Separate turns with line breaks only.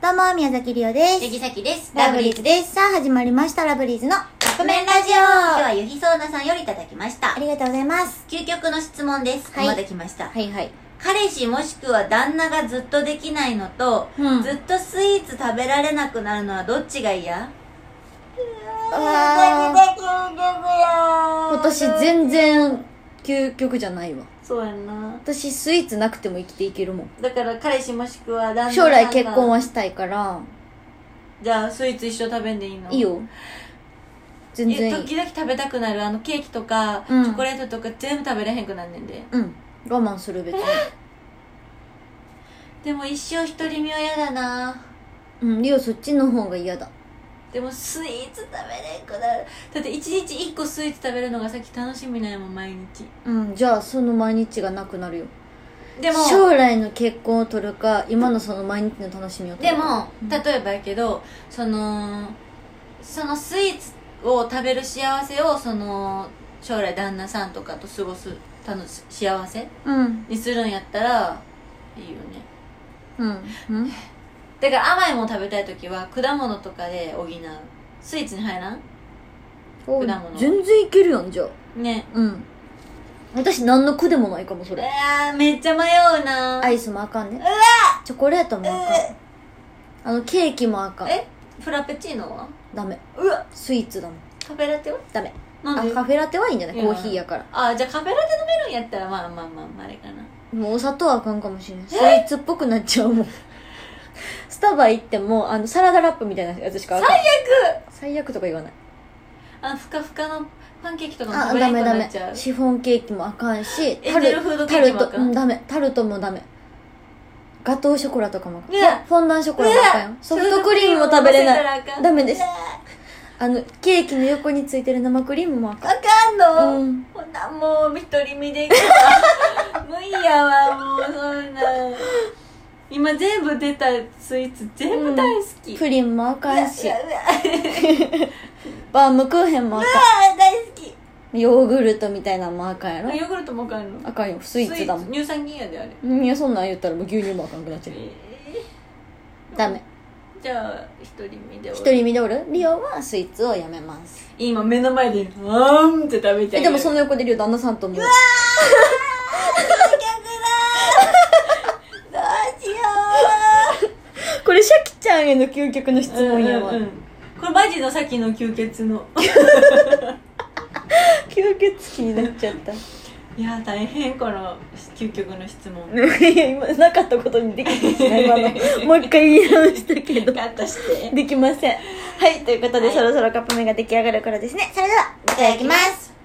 どうも、宮崎りおです。
杉崎です。
です。さあ、始まりました、ラブリーズのカップ麺ラジ
今日
オ。
はゆひそうなさんよりいただきました
あ。りがとうございます。
究極の質問です。
はい
まだ来ました。
いはい。
彼氏もしくは旦那がずっとできないのと、
うん
ずっとスイーツ食べられなくなるのはどっちが嫌
わー私全然究極じゃないわ。
そうやな。
私スイーツなくても生きていけるもん。
だから彼氏もしくは旦那さん
将
が
来結婚はしたいから、
じゃあスイーツ一緒食べんでいいの
いいよ。全
え
然いい。
時々食べたくなるあのケーキとか、
うん
チョコレートとか全部食べれへんくなんねんで
うん。我慢する別に。
でも一生独り身は嫌だな
うん、りおそっちの方が嫌だ。
でもスイーツ食べれんくなるだって一日一個スイーツ食べるのがさっき楽しみなんやもん毎日
うん、じゃあその毎日がなくなるよ。
でも
将来の結婚を取るか、今のその毎日の楽しみを取
で
るか。
も例えばやけどそのそのスイーツを食べる幸せをその将来旦那さんとかと過ごす楽し幸せ
うん、
にするんやったらいいよね
うん、うん。
だから甘いもの食べたい時は果物とかで補うスイーツに入らん
お
果物
全然いけるやんじゃあ
ね
うん私何の苦でもないかもそ
え
れ
ー、めっちゃ迷うな
アイスもあかんねチョコレートもあかんあのケーキもあかん
えフラペチーノは
ダメ
うわ
スイーツだもん
カフェラテは
ダメ
な
あ
んで
カフェラテはいいんじゃない
いや
コーヒーやから
あじゃあカフェラテ飲めるんやったらまあまあまあまああれかな
もうお砂糖あかんかもしれないスイーツっぽくなっちゃうもんスタバ行ってもあのサラダラップみたいなやつしかあかん最悪最悪とか言わない
あふかふかのパンケーキとかも
あ
食べれ
ダ
なく
メダ
なっ
メ
ちゃう
シフォンケーキもあかんし
エンゼルフードケ
タ
ーキ
ル
もあ
ト
かん
うんダメタルトもダメガトーショコラとかもあかん
うわ
フォンダンショコラもあかんよソフトクリームも食べれ
ソフトクリームも乗せた
な
らあか
い
ん
ダメです
うわ
あのケーキの横についてる生クリームもあかん
あかんの、
うん
ほなもう独り身でいくわ無理やわもうそんなん今全部出たスイーツ全部大好き、う
プリンもあかん
わ
し
うわうわ
バームクーヘンもあか
大好き
んヨーグルトみたいなのもあかんやろ
ヨーグルトもあかんの
あかんよスイーツだもん
乳酸菌やであれ
うんいやそんなん言ったらもう牛乳もあかんくなっちゃうダメ
じゃあ独り身で
一人見でおるリオはスイーツをやめます
今目の前で「あーん」って食べちゃ
え
う
でもその横でリオ旦那さんとも
逆だーどうしよ
これシャキちゃんへの究極の質
う
問やわ、
うんうんこれマジのさっきの吸血の
吸血鬼になっちゃった
いやー大変この究極の質問
いや今なかったことにできてしまい今のもう一回言い直したけ ど
カットして
できませんはいということで、
はい
そろそろカップ麺が出来上がるからですねそれではいただきます